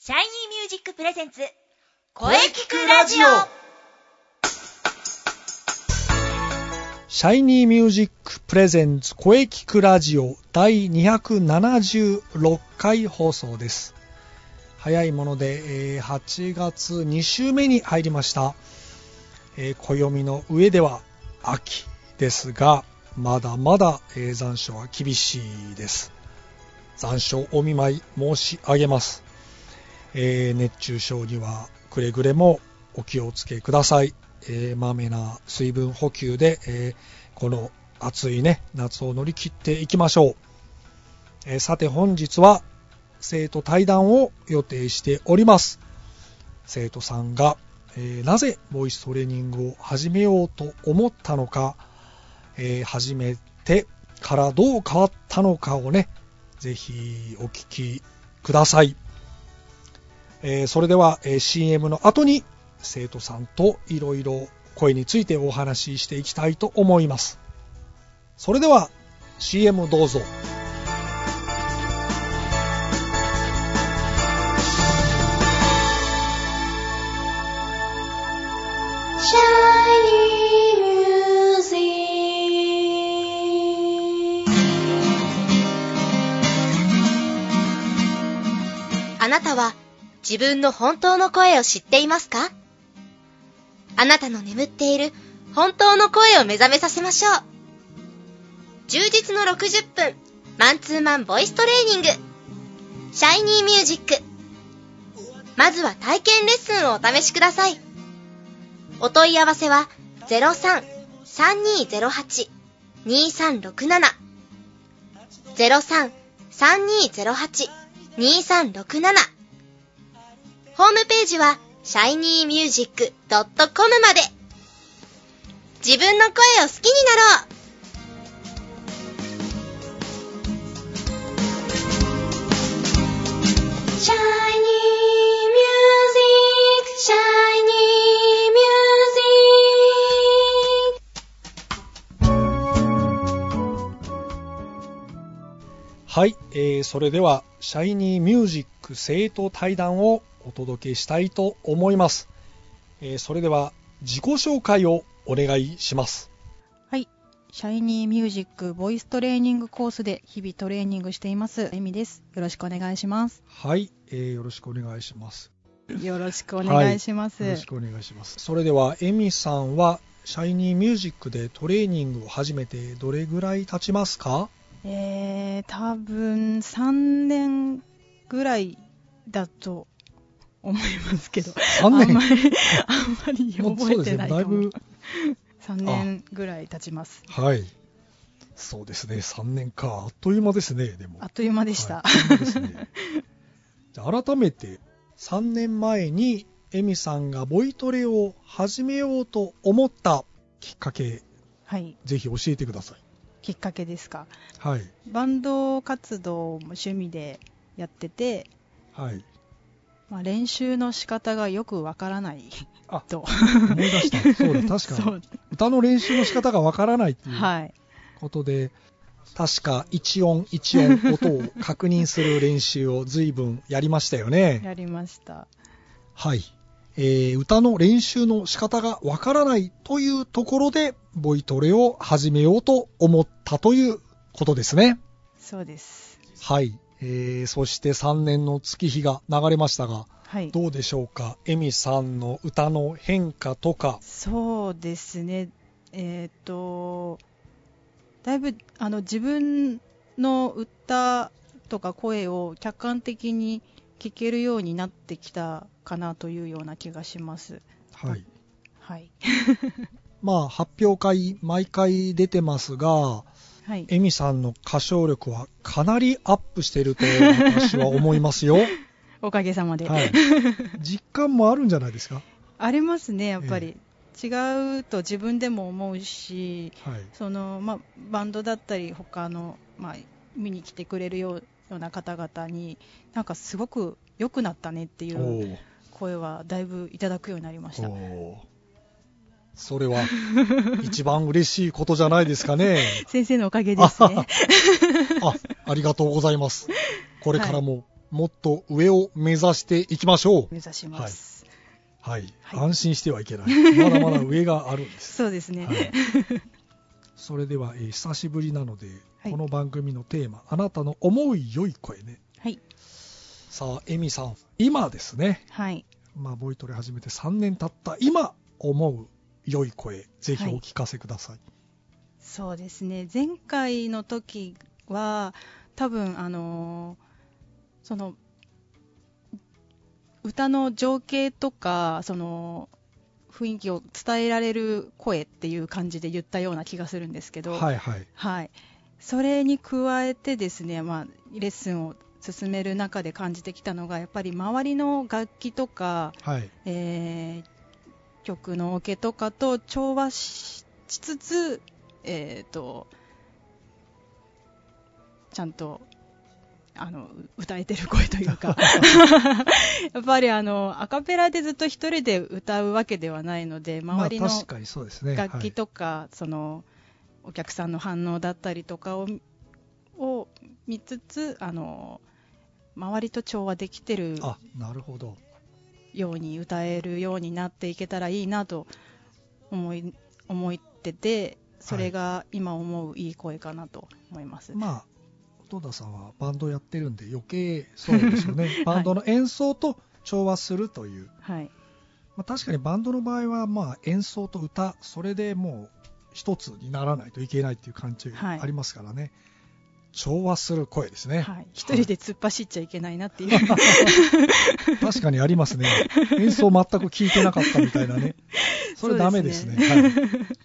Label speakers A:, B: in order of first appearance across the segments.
A: シャイニーミュージックプレゼンツ
B: 声聞くラジオ
C: シャイニーミュージックプレゼンツ声聞くラジオ第276回放送です。早いもので、えー8月2週目に入りました。えー暦の上では秋ですが、まだまだ、えー残暑は厳しいです。残暑お見舞い申し上げます。えー熱中症にはくれぐれもお気をつけください。えーまめな水分補給で、えーこの暑いね、夏を乗り切っていきましょう。えーさて本日は生徒対談を予定しております。生徒さんが、えーなぜボイストレーニングを始めようと思ったのか、えー始めてからどう変わったのかをね、ぜひお聞きください。えーそれでは、えー CM の後に生徒さんといろいろ声についてお話ししていきたいと思います。それでは CM どうぞ。
A: Shiny Music あなたは自分の本当の声を知っていますかあなたの眠っている本当の声を目覚めさせましょう充実の60分マンツーマンボイストレーニングシャイニーミュージックまずは体験レッスンをお試しくださいお問い合わせは03-3208-2367 03-3208-2367ホームページは shinymusic.com まで自分の声を好きになろうシャイニーミュージック、シャイニーミュージック。
C: はい、えーそれではシャイニーミュージック生徒対談をお届けしたいと思います。えーそれでは自己紹介をお願いします。
D: はい。シャイニーミュージックボイストレーニングコースで日々トレーニングしています。えみです。よろしくお願いします。
C: はい、えーよろしくお願いします。
D: よろしくお願いします。
C: よろしくお願いします。それではエミさんはシャイニーミュージックでトレーニングを始めてどれぐらい経ちますか？
D: えー、多分3年ぐらいだと思いますけど、あん
C: 三
D: まり、あん
C: 年
D: まり
C: もう
D: 覚えてな
C: そうですねだい
D: いと思う
C: ぶ。
D: 3年ぐらい経ちます。
C: はい。そうですね。3年か。あっという間ですね。でも。
D: あっという間でした。
C: はいそうですねじゃあ改めて、3年前にエミさんがボイトレを始めようと思ったきっかけ、
D: はい。
C: ぜひ教えてください。
D: きっかけですか。
C: はい。
D: バンド活動も趣味でやってて、
C: はい。
D: まあ、練習の仕方がよくわからない
C: あ
D: と
C: 思い出 した。そうだ、確か
D: そ
C: に。
D: う
C: 歌の練習の仕方がわからないっていう
D: はい
C: ことで、確か一音一音音を確認する練習を随分やりましたよね。
D: やりました
C: はい、えー歌の練習の仕方がわからないというところで、ボイトレを始めようと思ったということですね。
D: そうです
C: はい。えーそして3年の月日が流れましたが、
D: はい
C: どうでしょうかエミさんの歌の変化とか。
D: そうですねえっ、とだいぶあの自分の歌とか声を客観的に聞けるようになってきたかなというような気がします
C: はい。
D: はい
C: まあ、発表会、毎回出てますが、
D: はい
C: エミさんの歌唱力はかなりアップしてると私は思いますよ。は
D: おかげさま で、
C: い。実感もあるんじゃないですか
D: ありますねやっぱり、違うと自分でも思うし
C: はい。
D: そのまあ、バンドだったり他の、まあ、見に来てくれるような方々になんかすごく良くなったねっていう
C: ー
D: 声はだいぶいただくようになりました
C: おーそれは一番嬉しいことじゃないですか ね。
D: 先生のおかげですね
C: あ、ありがとうございます。これからももっと上を目指していきましょう。
D: 目指します、
C: はい。
D: はい
C: 安心してはいけない。まだまだ上があるんです。
D: そうですね、
C: はい それでは、えー久しぶりなので、
D: はい
C: この番組のテーマ、あなたの思い良い声ね。
D: はい
C: さあ、エミさん、今ですね、
D: はい
C: まあ、ボイトレ始めて3年経った今、思う良い声、ぜひ
D: はい
C: お聞かせください。
D: そうですね前回の時は多分あのーその歌の情景とかその雰囲気を伝えられる声っていう感じで言ったような気がするんですけど、
C: はい、はい。
D: はい、それに加えてですね、まあ、レッスンを進める中で感じてきたのがやっぱり周りの楽器とか、
C: はい。
D: えー曲のオケとかと調和しつつ、えー、とちゃんとあの歌えてる声とい うかやっぱりあのアカペラでずっと一人で歌うわけではないので周りの
C: まあ、確かにそうですね。
D: 楽器
C: は
D: とか、そのお客さんの反応だったりとかをを見つつあの周りと調和できてる
C: い、あ、なるほど。
D: ように歌えるようになっていけたらいいなと思い思っててそれが今思ういい声かなと思います。
C: まあ、戸田さんはバンドやってるんで余計そうでし ょうね。バンドの演奏と調和するという。
D: はい、
C: まあ、確かにバンドの場合は、まあ、演奏と歌、それでもう一つにならないといけないっていう感じが
D: はい
C: ありますからね。調和する声ですね。
D: はい、一人で突っ走っちゃいけないなっていう、
C: 確かにありますね。演奏全く聞いてなかったみたいな ね。それダメですね。は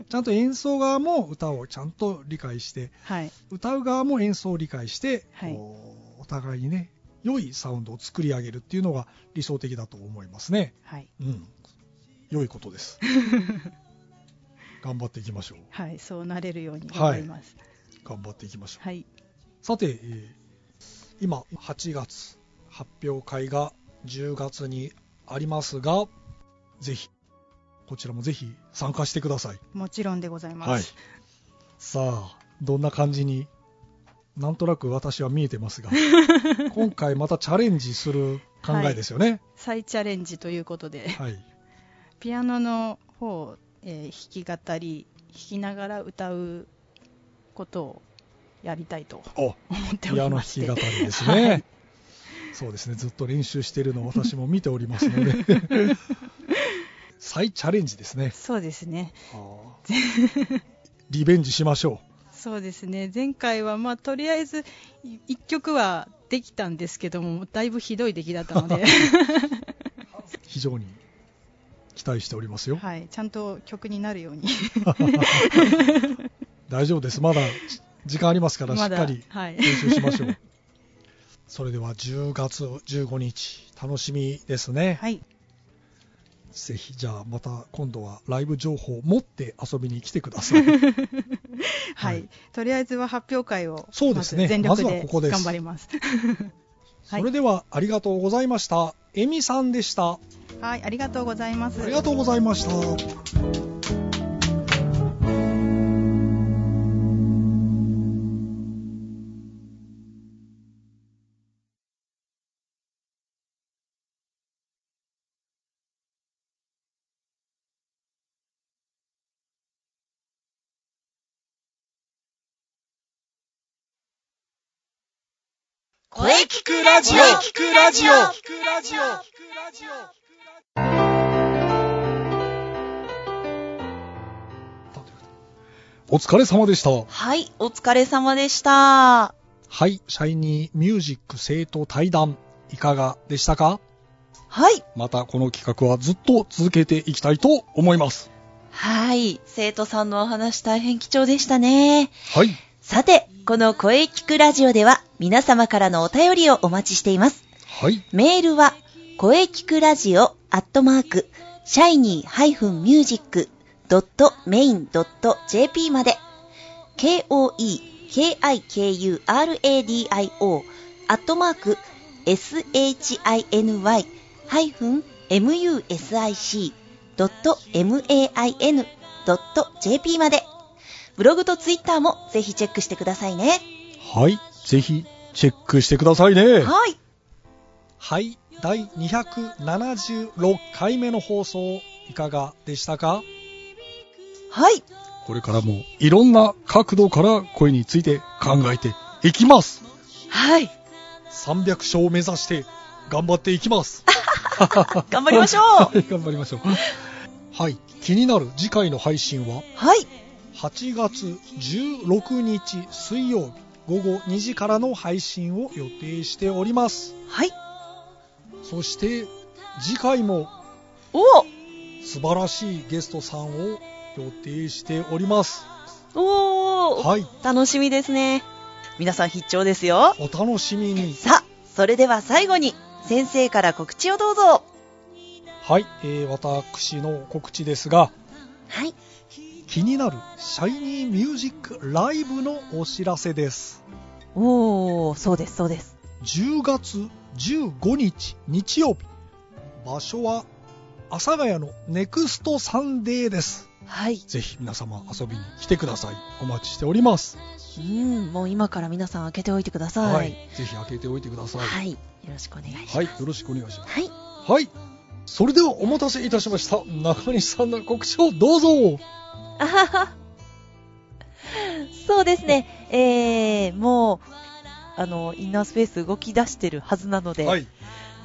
C: い、ちゃんと演奏側も歌をちゃんと理解して、
D: はい、
C: 歌う側も演奏を理解して、
D: はい
C: こうお互いにね、良いサウンドを作り上げるっていうのが理想的だと思いますね。
D: はい、
C: うん。良いことです。頑張っていきましょう。
D: はい、そうなれるように頑張ります。
C: 頑張っていきましょう。
D: はい、
C: さて、えー今8月発表会が10月にありますが、ぜひ、こちらもぜひ参加してください。
D: もちろんでございます。
C: さあ、どんな感じに、なんとなく私は見えてますが、今回またチャレンジする考えですよね。
D: 再チャレンジということで、
C: はい。
D: ピアノの方を、えー弾き語り、弾きながら歌うことをやりたいと
C: お
D: 思ってお
C: ピア
D: り
C: ノ
D: ま
C: 弾
D: し
C: き
D: て、
C: 語りですね。
D: はい
C: そうですね、ずっと練習しているのを私も見ておりますので、 再チャレンジですね。
D: そうですね、
C: リベンジしましょ
D: そうですね、前回は、まあ、とりあえず1曲はできたんですけども、だいぶひどい出来だったの で、
C: う。非常に期待しておりますよ。
D: はい、ちゃんと曲になるように、
C: 大丈夫です。まだ時間あり ますから、し
D: ま
C: っか
D: だ
C: り、
D: はい、
C: 練習しましょう。 それでは10月15日、楽しみですね。
D: はい、
C: ぜひ、じゃあまた今度はライブ情報を持って遊びに来てください。は
D: はいい、とりあえずは発表会を
C: そうですね
D: まず全力
C: まずは
D: で
C: ここです
D: 頑張ります。 は
C: そ
D: い
C: れではありがとうございました。エミさんでした。
D: はい、ありがとうございます。
C: ありがとうございました。
B: 声聞くラジオ声聞くラジオ
C: お疲れ様でした。
B: はい、お疲れ様でした。
C: はい、シャイニーミュージック生徒対談、いかがでしたか
B: はい。
C: またこの企画はずっと続けていきたいと思います。
B: はい。生徒さんのお話大変貴重でしたね。
C: はい。
B: さて、この声聞くラジオでは皆様からのお便りをお待ちしています。
C: はい。
B: メールは、声聞くラジオアットマーク、シャイニー -music.main.jp まで、k-o-e-k-i-k-u-r-a-d-i-o アットマーク、shiny-music.main.jp まで、ブログとツイッターもぜひチェックしてくださいね。
C: はい。ぜひ、チェックしてくださいね。
B: はい。
C: はい、第276回目の放送いかがでしたか
B: はい。
C: これからもいろんな角度から声について考えていきます
B: はい。
C: 300勝を目指して頑張っていきます。
B: 頑張りましょう
C: はい頑張りましょう。はい、気になる次回の配信は
B: はい。
C: 8月16日水曜日午後2時からの配信を予定しております。
B: はい。
C: そして次回も
B: おー
C: 素晴らしいゲストさんを予定しております。
B: おー
C: はい、
B: 楽しみですね。皆さん必聴ですよ。
C: お楽しみに。
B: さあ、それでは最後に、先生から告知をどうぞ。
C: はい、えー私の告知ですが、
A: はい。
C: 気になるシャイニーミュージックライブのお知らせです。
B: おー、そうです、そうです。
C: 10月15日日曜日場所は阿佐ヶ谷のネクストサンデーです
B: はい。
C: ぜひ皆様遊びに来てくださいお待ちしております
B: うん、もう今から皆さん開けておいてください。はい。
C: ぜひ開けておいてくださいはい、
B: よろしくお願いします。
C: よろしくお願いしま
A: はい。
C: すはいそれではお待たせいたしました中西さんの告知をどうぞ
B: あはは。そうですね。えー、もう、あの、インナースペース動き出してるはずなので、
C: は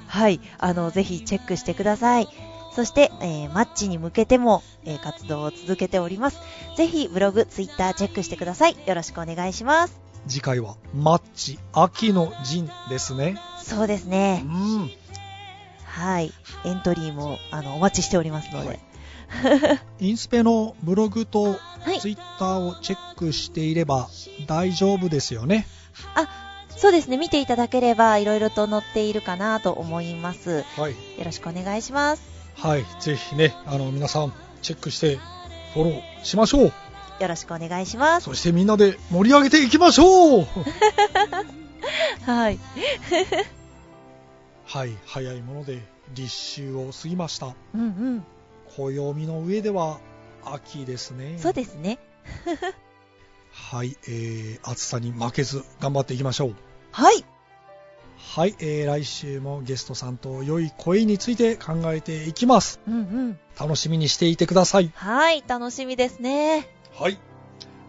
B: はい。
C: い
B: あの、ぜひチェックしてください。そして、えーマッチに向けても、えー活動を続けております。ぜひ、ブログ、ツイッターチェックしてください。よろしくお願いします。
C: 次回はマッチ秋の陣ですね
B: そうです
C: う
B: ね。
C: ん
B: はい。エントリーも、あの、お待ちしておりますので。
C: はいインスペのブログと
A: い
C: ツイッターをチェックしていれば大丈夫ですよね
B: そうですね。見ていただければ、いろいろと載っているかなと思います。
C: はい
B: よろしくお願いします。
C: はい、ぜひね、あの皆さんチェックしてフォローしましょう。
B: よろしくお願いします。
C: そしてみんなで盛り上げていきまし ょう。
B: はい。
C: はい、早いもので立秋を過ぎました。
B: うんうん。
C: 暦の上では秋ですね。
B: そうですね。
C: はい、えー、暑さに負けず頑張っていきましょう。
B: はい。
C: はい、えー、来週もゲストさんと良い恋について考えていきます。
B: うんうん。
C: 楽しみにしていてください。
B: はい。楽しみですね。
C: はい。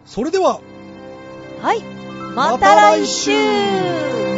C: それでは、
B: はい。ま
C: また
B: た
C: 来
B: 来
C: 週
B: 週